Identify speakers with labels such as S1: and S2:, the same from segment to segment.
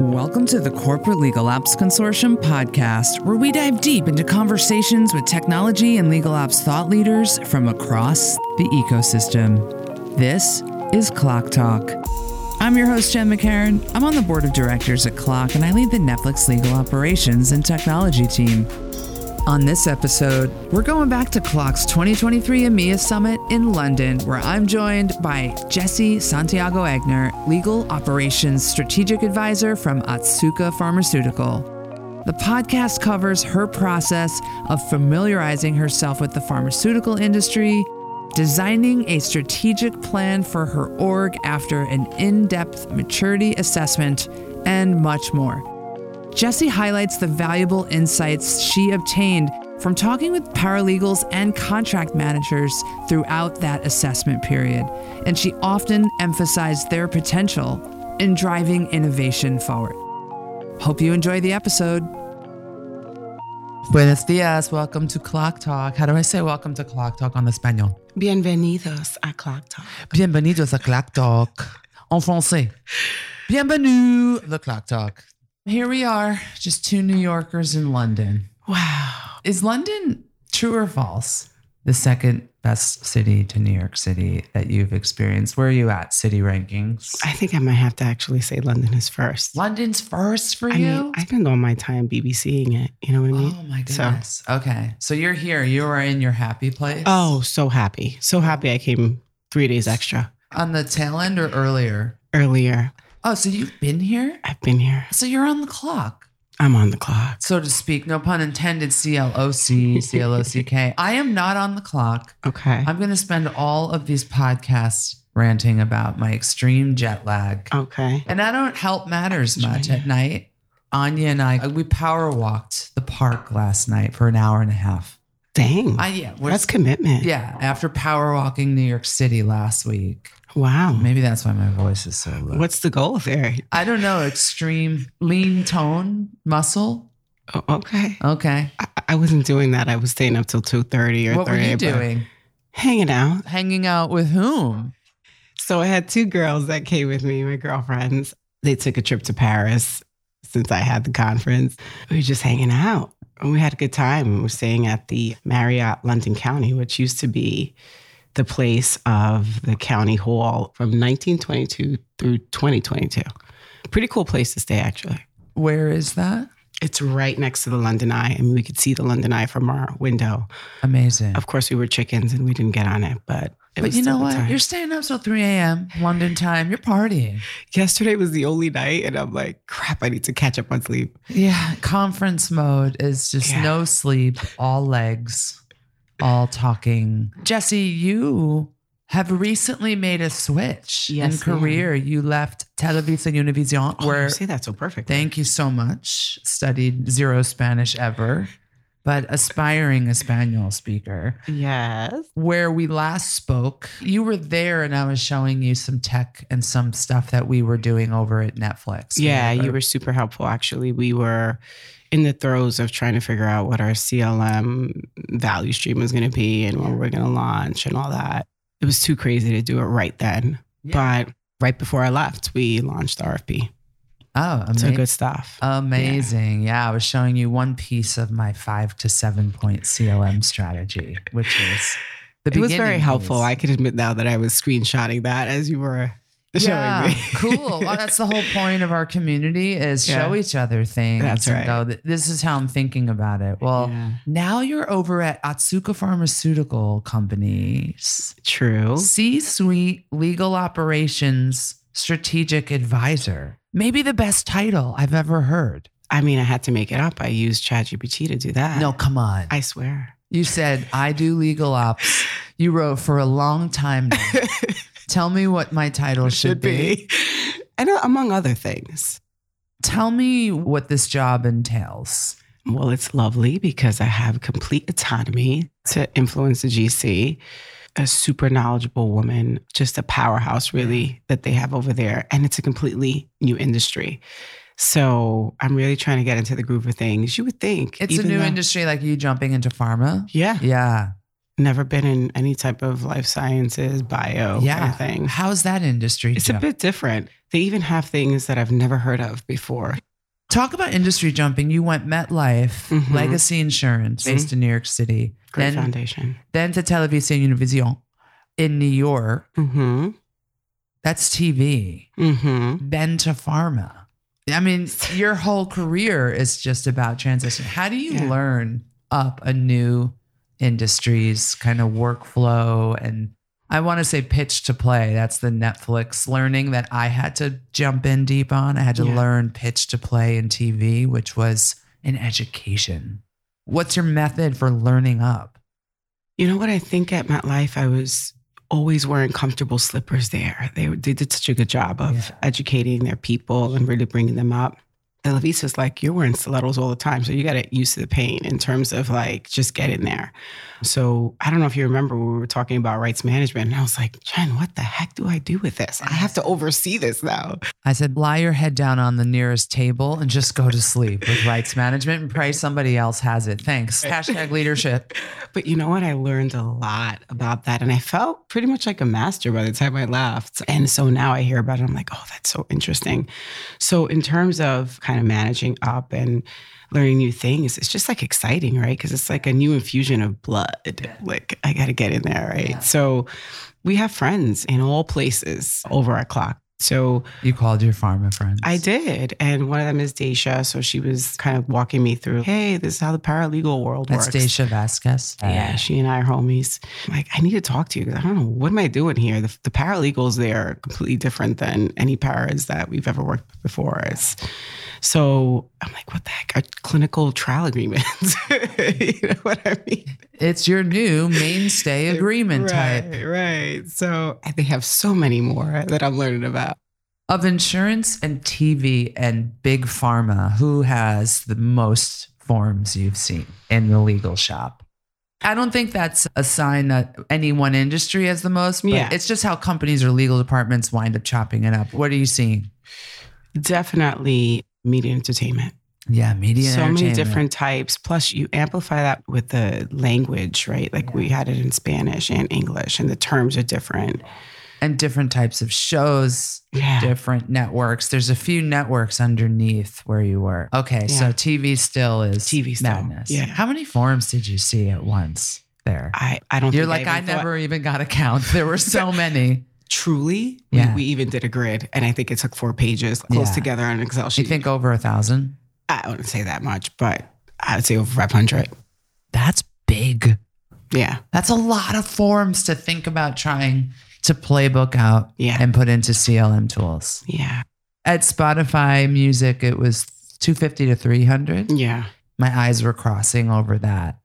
S1: Welcome to the Corporate Legal Ops Consortium podcast, where we dive deep into conversations with technology and legal ops thought leaders from across the ecosystem. This is Clock Talk. I'm your host, Jen McCarran. I'm on the board of directors at Clock, and I lead the Netflix legal operations and technology team. On this episode, we're going back to Clock's E 2023 EMEA Summit in London, where I'm joined by Jesse Santiago Agner, Legal Operations Strategic Advisor from Atsuka Pharmaceutical. The podcast covers her process of familiarizing herself with the pharmaceutical industry, designing a strategic plan for her org after an in depth maturity assessment, and much more. Jesse highlights the valuable insights she obtained from talking with paralegals and contract managers throughout that assessment period, and she often emphasized their potential in driving innovation forward. Hope you enjoy the episode. Buenos dias. Welcome to Clock Talk. How do I say welcome to Clock Talk on Espanol?
S2: Bienvenidos a Clock Talk.
S1: Bienvenidos à Clock Talk en français. Bienvenue the Clock Talk. Here we are, just two New Yorkers in London.
S2: Wow.
S1: Is London true or false? The second best city to New York City that you've experienced. Where are you at city rankings?
S2: I think I might have to actually say London is first.
S1: London's first for
S2: I
S1: you?
S2: mean, I spend all my time BBCing it. You know what I mean?
S1: oh my
S2: So-
S1: goodness. Okay. So you're here. You are in your happy place.
S2: Oh, so happy. So happy I came three days extra
S1: On the tail end or earlier?
S2: earlier.
S1: Oh, so you've been here?
S2: I've been here.
S1: So you're on the clock.
S2: I'm on the clock.
S1: So to speak, no pun intended, C L O C, C L O C K. I am not on the clock.
S2: Okay.
S1: I'm going to spend all of these podcasts ranting about my extreme jet lag.
S2: okay.
S1: And I don't help matters much
S2: Oh. Right.
S1: at night. Anya and I, we power walked the park last night for an hour and a half.
S2: Dang.
S1: I, yeah, we're-
S2: That's commitment.
S1: yeah, after power walking New York City last week.
S2: Wow.
S1: Maybe that's why my voice is so low.
S2: What's the goal there?
S1: I don't know, extreme lean tone muscle.
S2: Oh, okay.
S1: Okay.
S2: I, I wasn't doing that. I was staying up till 2.30 or
S1: What
S2: 3.
S1: were you
S2: but
S1: doing?
S2: Hanging out.
S1: Hanging out with whom?
S2: So I had two girls that came with me, my girlfriends. They took a trip to Paris since I had the conference. We were just hanging out and we had a good time. We were staying at the Marriott London County, which used to be the place of the county hall from 1922 through 2022. Pretty cool place to stay, actually.
S1: Where is that?
S2: It's right next to the London Eye. I mean, we could see the London Eye from our window.
S1: Amazing.
S2: Of course, we were chickens and we didn't get on it, but it
S1: but
S2: was
S1: you know
S2: still a
S1: what?
S2: time.
S1: You're staying up till 3 a.m. London time. You're partying.
S2: yesterday was the only night and I'm like, crap, I need to catch up on sleep.
S1: Yeah. Conference mode is just
S2: Yeah.
S1: no sleep, all legs, all talking. Jesse, you have recently made a switch in
S2: Yes, ma'am.
S1: career. You left Televisa Univision,
S2: Oh,
S1: where
S2: you say that so perfect.
S1: thank you so much, studied zero Spanish ever, but aspiring Espanol speaker.
S2: Yes.
S1: where we last spoke, you were there and I was showing you some tech and some stuff that we were doing over at Netflix.
S2: Yeah, you
S1: Remember?
S2: were super helpful actually. We were in the throes of trying to figure out what our CLM value stream was going to be and when we're going to launch and all that. It was too crazy to do it right then.
S1: Yeah.
S2: But right before I left, we launched the RFP.
S1: Oh, ama-
S2: So good stuff.
S1: amazing. Yeah. I was showing you one piece of my five to seven point CLM strategy, which is the
S2: it was very
S1: beginning
S2: helpful.
S1: piece.
S2: I can admit now that I was screenshotting that as you were
S1: yeah,
S2: showing me.
S1: cool. Well, that's the whole point of our community is
S2: Yeah.
S1: show each other things.
S2: That's
S1: and
S2: right.
S1: go, "Th- this is how I'm thinking about it. Well,
S2: Yeah.
S1: now you're over at Atsuka Pharmaceutical Companies.
S2: True.
S1: C suite legal operations strategic advisor. Maybe the best title I've ever heard.
S2: I mean, I had to make it up. I used ChatGPT to do that.
S1: No, come on.
S2: I swear.
S1: You said, I do legal ops. You wrote for a long time now. Tell me what my title should, be.
S2: And uh, among other things.
S1: Tell me what this job entails.
S2: Well, it's lovely because I have complete autonomy to influence the GC, a super knowledgeable woman, just a powerhouse, really, that they have over there. And it's a completely new industry. So I'm really trying to get into the groove of things. You would think
S1: It's
S2: even
S1: a new
S2: though-
S1: industry like you jumping into pharma.
S2: Yeah.
S1: Yeah.
S2: never been in any type of life sciences, bio kind
S1: Yeah.
S2: of thing.
S1: How's that industry?
S2: It's a
S1: jump?
S2: bit different. They even have things that I've never heard of before.
S1: Talk about industry jumping. You went MetLife,
S2: Mhm.
S1: Legacy Insurance, based in New York City,
S2: Mm-hmm. Great
S1: then
S2: foundation.
S1: then to Televisa Univision in New York.
S2: Mm-hmm.
S1: That's TV.
S2: Mm-hmm.
S1: Then to pharma. I mean, your whole career is just about transition. How do you
S2: Yeah.
S1: learn up a new industry's kind of workflow and I want to say pitch to play. That's the Netflix learning that I had to jump in deep on. I had to
S2: Yeah.
S1: learn pitch to play in TV, which was an education. What's your method for learning up?
S2: You know what I think at MetLife, I was always wearing comfortable slippers there. They, they did such a good job of
S1: Yeah.
S2: educating their people and really bringing them up. Televisa's like, you're wearing stilettos all the time. So you got to get used to the pain in terms of like, just get in there. So I don't know if you remember when we were talking about rights management. And I was like, Jen, what the heck do I do with this? I have to oversee this now.
S1: I said, lie your head down on the nearest table and just go to sleep with rights management and pray somebody else has it. Thanks. Hashtag leadership.
S2: But you know what? I learned a lot about that. And I felt pretty much like a master by the time I left. And so now I hear about it. I'm like, oh, that's so interesting. So, in terms of kind of managing up and learning new things, it's just like exciting, right? Because it's like a new infusion of blood.
S1: Yeah.
S2: Like, I got to get in there, right?
S1: Yeah.
S2: So, we have friends in all places over our clock. So,
S1: You called your pharma friends.
S2: I did. And one of them is Daisha. So, she was kind of walking me through, hey, this is how the paralegal world
S1: That's
S2: works.
S1: Daisha Vasquez.
S2: Yeah, she and I are homies. Like, I need to talk to you because I don't know what am I doing here. The, the paralegals there are completely different than any paras that we've ever worked with before us. So I'm like, what the heck? Are clinical trial agreements? you know what I mean?
S1: It's your new mainstay agreement type.
S2: Right, right. So and they have so many more that I'm learning about.
S1: of insurance and TV and big pharma, who has the most forms you've seen in the legal shop? I don't think that's a sign that any one industry has the most, but
S2: Yeah.
S1: it's just how companies or legal departments wind up chopping it up. What are you seeing?
S2: Definitely media entertainment.
S1: Yeah, media,
S2: so many
S1: entertainment.
S2: different types. Plus, you amplify that with the language, right? Like we had it in Spanish and English, and the terms are different.
S1: and different types of shows,
S2: Yeah.
S1: different networks. There's a few networks underneath where you were. Okay, so
S2: Yeah.
S1: TV still is
S2: TV still,
S1: madness.
S2: yeah.
S1: How many forms did you see at once there?
S2: I, I don't
S1: You're like,
S2: think
S1: I,
S2: even thought-
S1: never even got a count. There were so many.
S2: truly,
S1: Yeah.
S2: we, we even did a grid. And I think it took four pages close
S1: Yeah.
S2: together on an Excel
S1: You
S2: sheet.
S1: think over a thousand?
S2: I wouldn't say that much, but I would say over 500.
S1: That's big.
S2: Yeah.
S1: That's a lot of forms to think about trying to playbook out
S2: Yeah.
S1: and put into CLM tools.
S2: yeah.
S1: At Spotify Music, it was 250 to 300.
S2: Yeah.
S1: My eyes were crossing over that.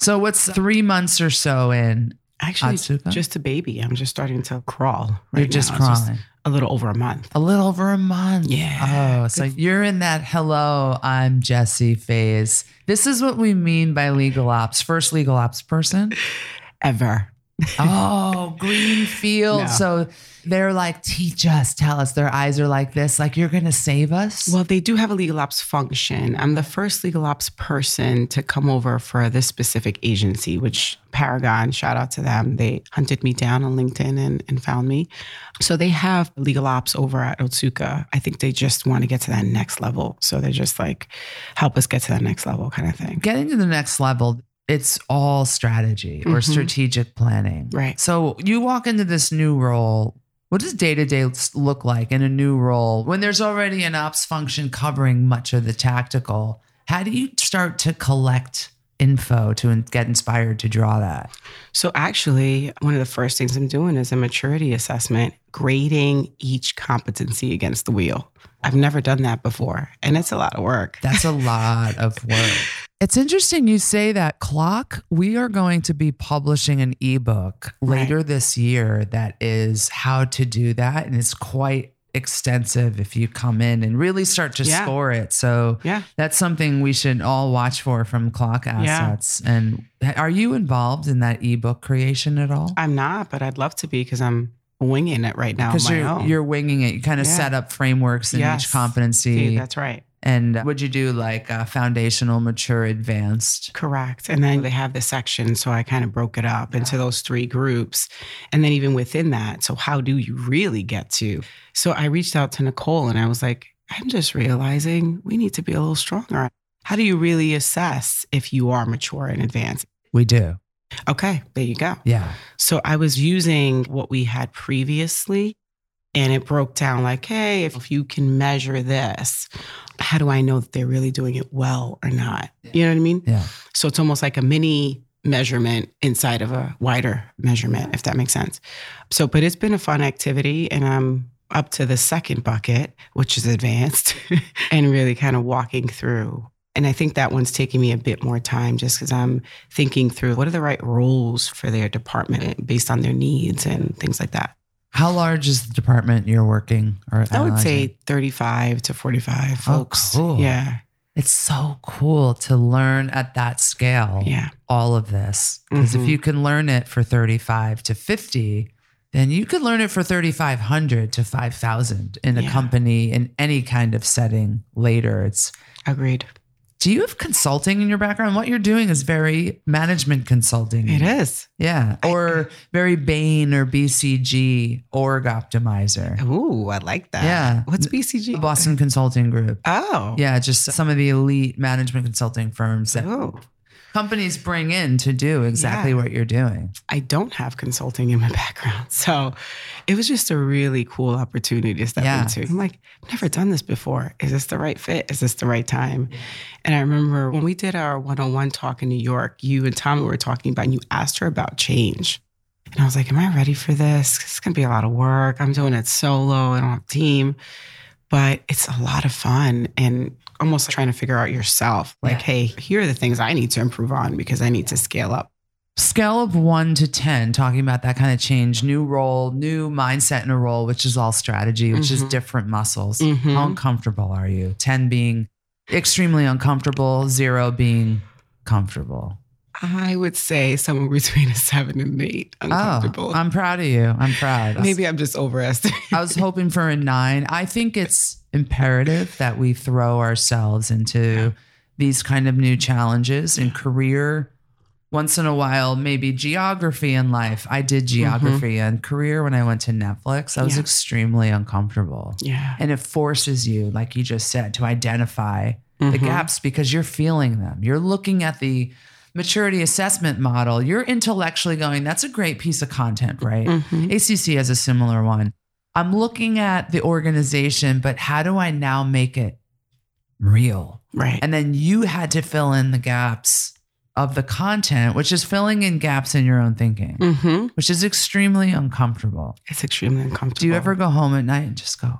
S1: So, what's three months or so in?
S2: Actually,
S1: Atsuka?
S2: just a baby. I'm just starting to crawl. Right
S1: You're just
S2: now. It's
S1: crawling.
S2: a little over a month.
S1: a little over a month.
S2: Yeah.
S1: Oh, so you're in that hello, I'm Jesse phase. This is what we mean by legal ops. First legal ops person.
S2: Ever.
S1: Oh, green field.
S2: No.
S1: So they're like, teach us, tell us. Their eyes are like this, like you're gonna save us.
S2: Well, they do have a legal ops function. I'm the first legal ops person to come over for this specific agency, which Paragon, shout out to them. They hunted me down on LinkedIn and, and found me. So they have legal ops over at Otsuka. I think they just want to get to that next level. So they're just like, help us get to that next level kind of thing.
S1: Getting to the next level, it's all strategy or
S2: Mhm.
S1: strategic planning.
S2: Right.
S1: So you walk into this new role. What does day to day look like in a new role when there's already an ops function covering much of the tactical? How do you start to collect info to in- get inspired to draw that?
S2: So actually, one of the first things I'm doing is a maturity assessment, grading each competency against the wheel. I've never done that before, and it's a lot of work.
S1: That's a lot of work. It's interesting you say that clock. We are going to be publishing an ebook
S2: Right.
S1: later this year that is how to do that. And it's quite extensive if you come in and really start to
S2: Yeah.
S1: score it. So
S2: yeah.
S1: that's something we should all watch for from clock assets. And are you involved in that ebook creation at all?
S2: I'm not, but I'd love to be because I'm winging it right now on
S1: Because
S2: my
S1: you're,
S2: own.
S1: you're winging it. You kind of
S2: Yeah.
S1: set up frameworks in each
S2: Yes.
S1: competency.
S2: See, that's right.
S1: And would you do like uh, foundational, mature, advanced?
S2: Correct. And then they have the section. So I kind of broke it up into those three groups. And then even within that, so how do you really get to? So I reached out to Nicole and I was like, I'm just realizing we need to be a little stronger. How do you really assess if you are mature and advanced?
S1: We do.
S2: Okay, there you go.
S1: Yeah.
S2: So I was using what we had previously and it broke down like, hey, if you can measure this, how do I know that they're really doing it well or not? You know what I mean?
S1: Yeah.
S2: So it's almost like a mini measurement inside of a wider measurement, if that makes sense. So, but it's been a fun activity and I'm up to the second bucket, which is advanced and really kind of walking through. And I think that one's taking me a bit more time just because I'm thinking through what are the right roles for their department based on their needs and things like that.
S1: How large is the department you're working? Or
S2: I would
S1: analyzing?
S2: say 35 to 45
S1: Oh,
S2: folks.
S1: cool.
S2: Yeah.
S1: it's so cool to learn at that scale
S2: Yeah.
S1: all of this. Because
S2: Mhm.
S1: if you can learn it for 35 to 50, then you could learn it for 3,500 to 5,000 in a
S2: Yeah.
S1: company in any kind of setting later. It's
S2: Agreed.
S1: Do you have consulting in your background? What you're doing is very management consulting.
S2: It is.
S1: Yeah.
S2: I-
S1: Or very Bain or BCG, org optimizer,
S2: Ooh, I like that.
S1: Yeah.
S2: What's BCG?
S1: Boston Consulting Group.
S2: Oh.
S1: Yeah, just some of the elite management consulting firms that
S2: Oh,
S1: companies bring in to do exactly
S2: Yeah.
S1: what you're doing.
S2: I don't have consulting in my background. So it was just a really cool opportunity to step
S1: Yeah.
S2: into. I'm like, I've never done this before. Is this the right fit? Is this the right time? And I remember when we did our one on one talk in New York, you and Tommy were talking about, and you asked her about change. And I was like, Am I ready for this? It's going to be a lot of work. I'm doing it solo. I don't have a team, but it's a lot of fun and almost trying to figure out yourself like,
S1: Yeah.
S2: hey, here are the things I need to improve on because I need to scale up.
S1: Scale of one to 10, talking about that kind of change, new role, new mindset in a role, which is all strategy, which is
S2: Mhm.
S1: different muscles.
S2: Mhm.
S1: How uncomfortable are you? 10 being extremely uncomfortable, zero being comfortable.
S2: I would say somewhere between a seven and an eight. Uncomfortable.
S1: Oh, I'm proud of you. I'm proud.
S2: Maybe I'm just overestimating.
S1: I was hoping for a nine. I think it's imperative that we throw ourselves into these kind of new challenges in career. Once in a while, maybe geography in life. I did geography and career when I went to Netflix. I was
S2: Yeah.
S1: extremely uncomfortable.
S2: Yeah.
S1: And it forces you, like you just said, to identify the
S2: Mhm.
S1: gaps because you're feeling them. You're looking at the maturity assessment model. You're intellectually going, that's a great piece of content, right?
S2: Mhm.
S1: ACC has a similar one. I'm looking at the organization, but how do I now make it real?
S2: Right.
S1: And then you had to fill in the gaps of the content, which is filling in gaps in your own thinking,
S2: hmm
S1: which is extremely uncomfortable.
S2: It's extremely uncomfortable.
S1: Do you ever go home at night and just go,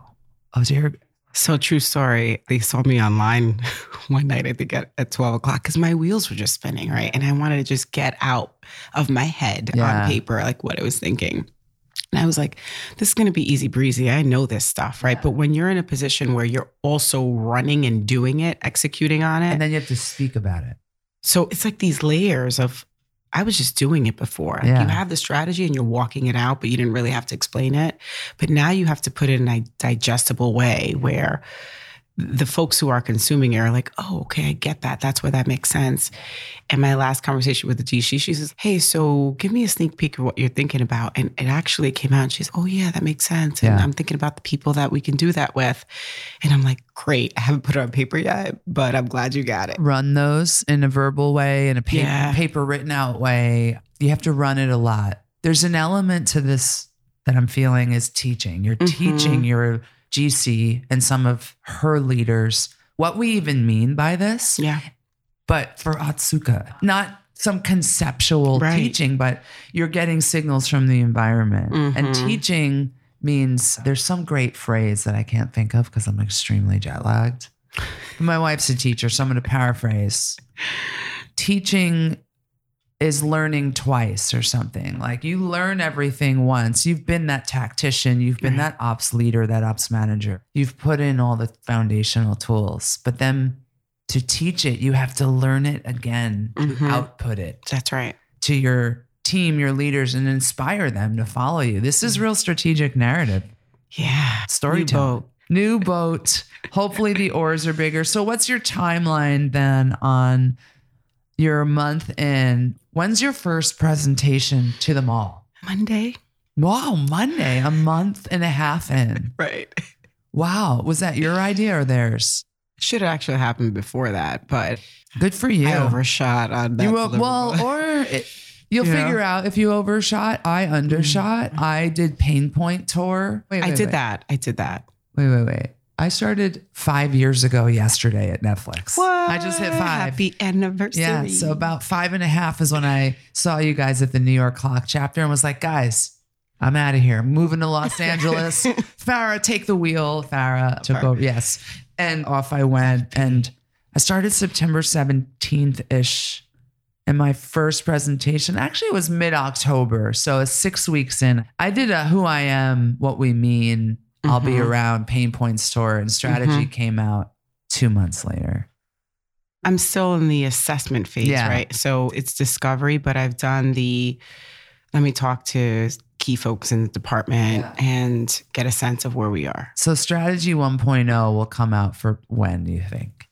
S1: oh dear?
S2: So true story. They saw me online one night, I think at, at 12 o'clock, because my wheels were just spinning, right? And I wanted to just get out of my head
S1: Yeah.
S2: on paper, like what I was thinking. And I was like, this is going to be easy breezy. I know this stuff, right? But when you're in a position where you're also running and doing it, executing on it,
S1: And then you have to speak about it.
S2: So it's like these layers of I was just doing it before. Like
S1: Yeah.
S2: you have the strategy and you're walking it out, but you didn't really have to explain it. But now you have to put it in a digestible way where the folks who are consuming it are like, oh, okay, I get that. That's where that makes sense. And my last conversation with the GC, she says, hey, so give me a sneak peek of what you're thinking about. And it actually came out and she's, oh, yeah, that makes sense. And
S1: Yeah.
S2: I'm thinking about the people that we can do that with. And I'm like, great. I haven't put it on paper yet, but I'm glad you got it.
S1: Run those in a verbal way, in a pa-
S2: Yeah.
S1: paper written out way. You have to run it a lot. There's an element to this that I'm feeling is teaching. You're
S2: Mhm.
S1: teaching your GC and some of her leaders what we even mean by this,
S2: Yeah.
S1: but for Atsuka, not some conceptual
S2: Right.
S1: teaching, but you're getting signals from the environment. And
S2: Mhm.
S1: teaching means there's some great phrase that I can't think of because I'm extremely jet lagged. My wife's a teacher, so I'm going to paraphrase. Teaching is learning twice or something. Like you learn everything once. You've been that tactician, you've been that ops leader, that ops manager. You've put in all the foundational tools, but then to teach it, you have to learn it again,
S2: Mhm.
S1: output it
S2: That's right.
S1: to your team, your leaders, and inspire them to follow you. This is real strategic narrative
S2: Yeah.
S1: storytelling.
S2: Boat.
S1: new boat. Hopefully the oars are bigger. So what's your timeline then on your month in? When's your first presentation to the mall?
S2: Monday.
S1: Wow, Monday, a month and a half in.
S2: Right.
S1: Wow, was that your idea or theirs?
S2: Should have actually happened before that, but
S1: Good for you.
S2: I overshot on that.
S1: you were,
S2: deliverable.
S1: well, or it, you'll
S2: Yeah. Mm.
S1: figure out if you overshot. I undershot. I did pain point tour. Wait,
S2: I
S1: wait,
S2: did
S1: wait.
S2: that. I did that.
S1: Wait, wait, wait. I started five years ago yesterday at Netflix. I just hit
S2: What?
S1: five.
S2: Happy anniversary.
S1: yeah. So about five and a half is when I saw you guys at the New York Clock chapter and was like, guys, I'm out of here. Moving to Los Angeles. Farah, take the wheel. Farah took
S2: Farah.
S1: over. Yes. And off I went. And I started September 17th ish. And my first presentation actually it was mid October. So it's six weeks in. I did a Who I Am, What We Mean, I'll Be
S2: Mhm.
S1: Around, Pain Points tour, and strategy came out two months later.
S2: I'm still in the assessment phase,
S1: Yeah.
S2: right? So it's discovery, but I've done the let me talk to key folks in the department
S1: Yeah.
S2: and get a sense of where we are.
S1: So strategy 1.0 will come out for when, do you think?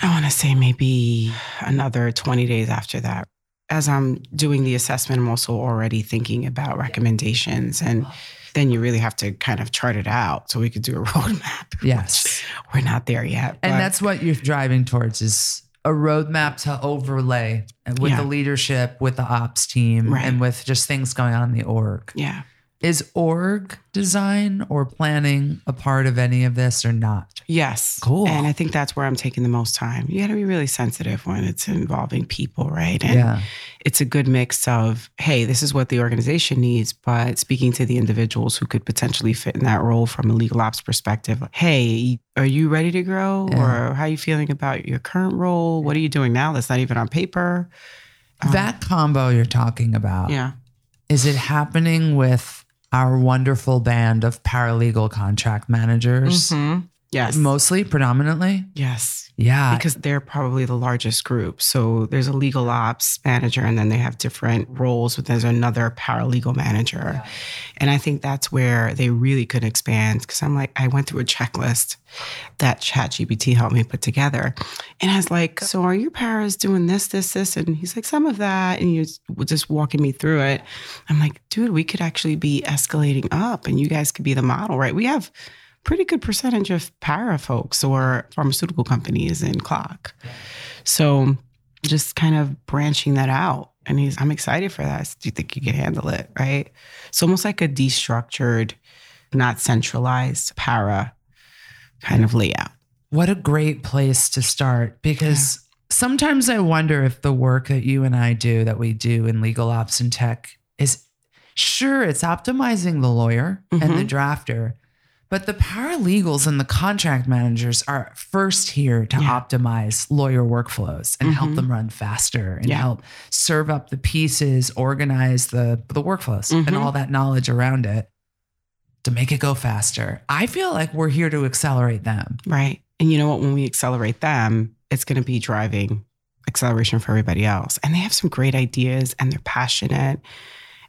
S2: I want to say maybe another 20 days after that. As I'm doing the assessment, I'm also already thinking about recommendations.
S1: Uh-huh.
S2: And then you really have to kind of chart it out so we could do a roadmap.
S1: Yes.
S2: We're not there yet.
S1: And
S2: but-
S1: that's what you're driving towards is a roadmap to overlay with
S2: Yeah.
S1: the leadership, with the ops team,
S2: Right.
S1: and with just things going on in the org.
S2: yeah.
S1: Is org design or planning a part of any of this or not?
S2: Yes.
S1: Cool.
S2: And I think that's where I'm taking the most time. You got to be really sensitive when it's involving people, right? And
S1: yeah.
S2: it's a good mix of, hey, this is what the organization needs, but speaking to the individuals who could potentially fit in that role from a legal ops perspective. Like, hey, are you ready to grow?
S1: Yeah.
S2: Or how are you feeling about your current role? What are you doing now that's not even on paper? Um,
S1: that combo you're talking about,
S2: Yeah.
S1: is it happening with our wonderful band of paralegal contract managers?
S2: Mhm. Yes.
S1: Mostly, predominantly?
S2: yes.
S1: Yeah.
S2: because they're probably the largest group. So there's a legal ops manager, and then they have different roles, but there's another paralegal manager. And I think that's where they really could expand. Because I'm like, I went through a checklist that ChatGPT helped me put together. And I was like, So are your paras doing this, this, this? And he's like, Some of that. And you're just walking me through it. I'm like, Dude, we could actually be escalating up, and you guys could be the model, right? We have pretty good percentage of para folks or pharmaceutical companies in clock. So just kind of branching that out. And he's, I'm excited for that. I said, Do you think you can handle it? Right. It's almost like a destructured, not centralized para kind of layout.
S1: What a great place to start because sometimes I wonder if the work that you and I do, that we do in legal ops and tech, is sure, it's optimizing the lawyer and the
S2: Mm-hmm.
S1: drafter, but the paralegals and the contract managers are first here to
S2: Yeah.
S1: optimize lawyer workflows and help
S2: Mhm.
S1: them run faster and
S2: Yeah.
S1: help serve up the pieces, organize the, the workflows and
S2: Mhm.
S1: all that knowledge around it. To make it go faster, I feel like we're here to accelerate them.
S2: Right. And you know what? When we accelerate them, it's going to be driving acceleration for everybody else. And they have some great ideas and they're passionate.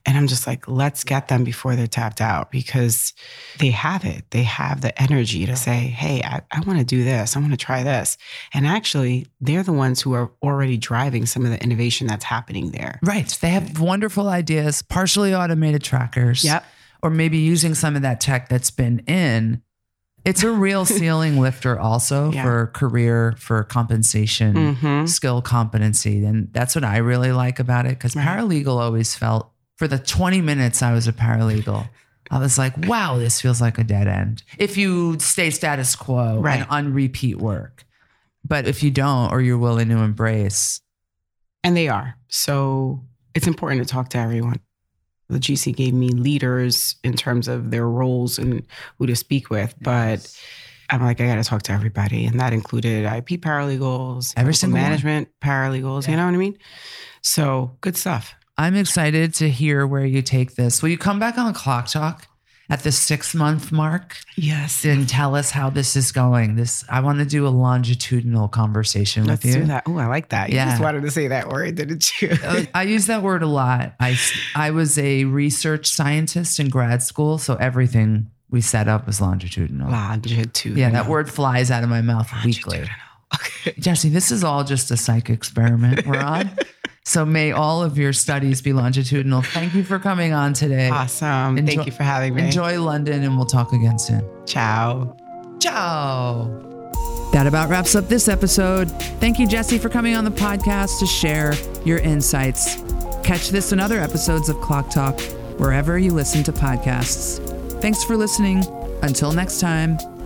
S2: And I'm just like, let's get them before they're tapped out because they have it. They have the energy to say, hey, I, I want to do this. I want to try this. And actually, they're the ones who are already driving some of the innovation that's happening there.
S1: Right. They have wonderful ideas, partially automated trackers. Or maybe using some of that tech that's been in. It's a real ceiling lifter also
S2: Yeah.
S1: for career, for compensation,
S2: Mm-hmm.
S1: skill competency. And that's what I really like about it because
S2: Right.
S1: paralegal always felt for the 20 minutes I was a paralegal. I was like, wow, this feels like a dead end. If you stay status quo
S2: Right.
S1: and on repeat work. But if you don't, or you're willing to embrace,
S2: And they are. So it's important to talk to everyone. The GC gave me leaders in terms of their roles and who to speak with, but I'm like, I got to talk to everybody. And that included IP paralegals,
S1: Every
S2: local
S1: single one.
S2: management paralegals,
S1: Yeah.
S2: you know what I mean? So good stuff.
S1: I'm excited to hear where you take this. Will you come back on Clock Talk at the six month mark
S2: Yes.
S1: and tell us how this is going? This I want to do a longitudinal conversation
S2: Let's
S1: with you.
S2: do that. Oh, I like that. You
S1: Yeah.
S2: just wanted to say that word, didn't you?
S1: Uh, I use that word a lot. I I was a research scientist in grad school, so everything we set up was longitudinal.
S2: Longitudinal.
S1: Yeah, that word flies out of my mouth weekly.
S2: Longitudinal. Okay.
S1: Jesse, this is all just a psych experiment we're on. So may all of your studies be longitudinal. Thank you for coming on today.
S2: Ah, Awesome.
S1: Enjoy-
S2: Thank you for having me.
S1: Enjoy London and we'll talk again soon.
S2: Ciao.
S1: Ciao. That about wraps up this episode. Thank you, Jesse, for coming on the podcast to share your insights. Catch this and other episodes of Clock Talk wherever you listen to podcasts. Thanks for listening. Until next time,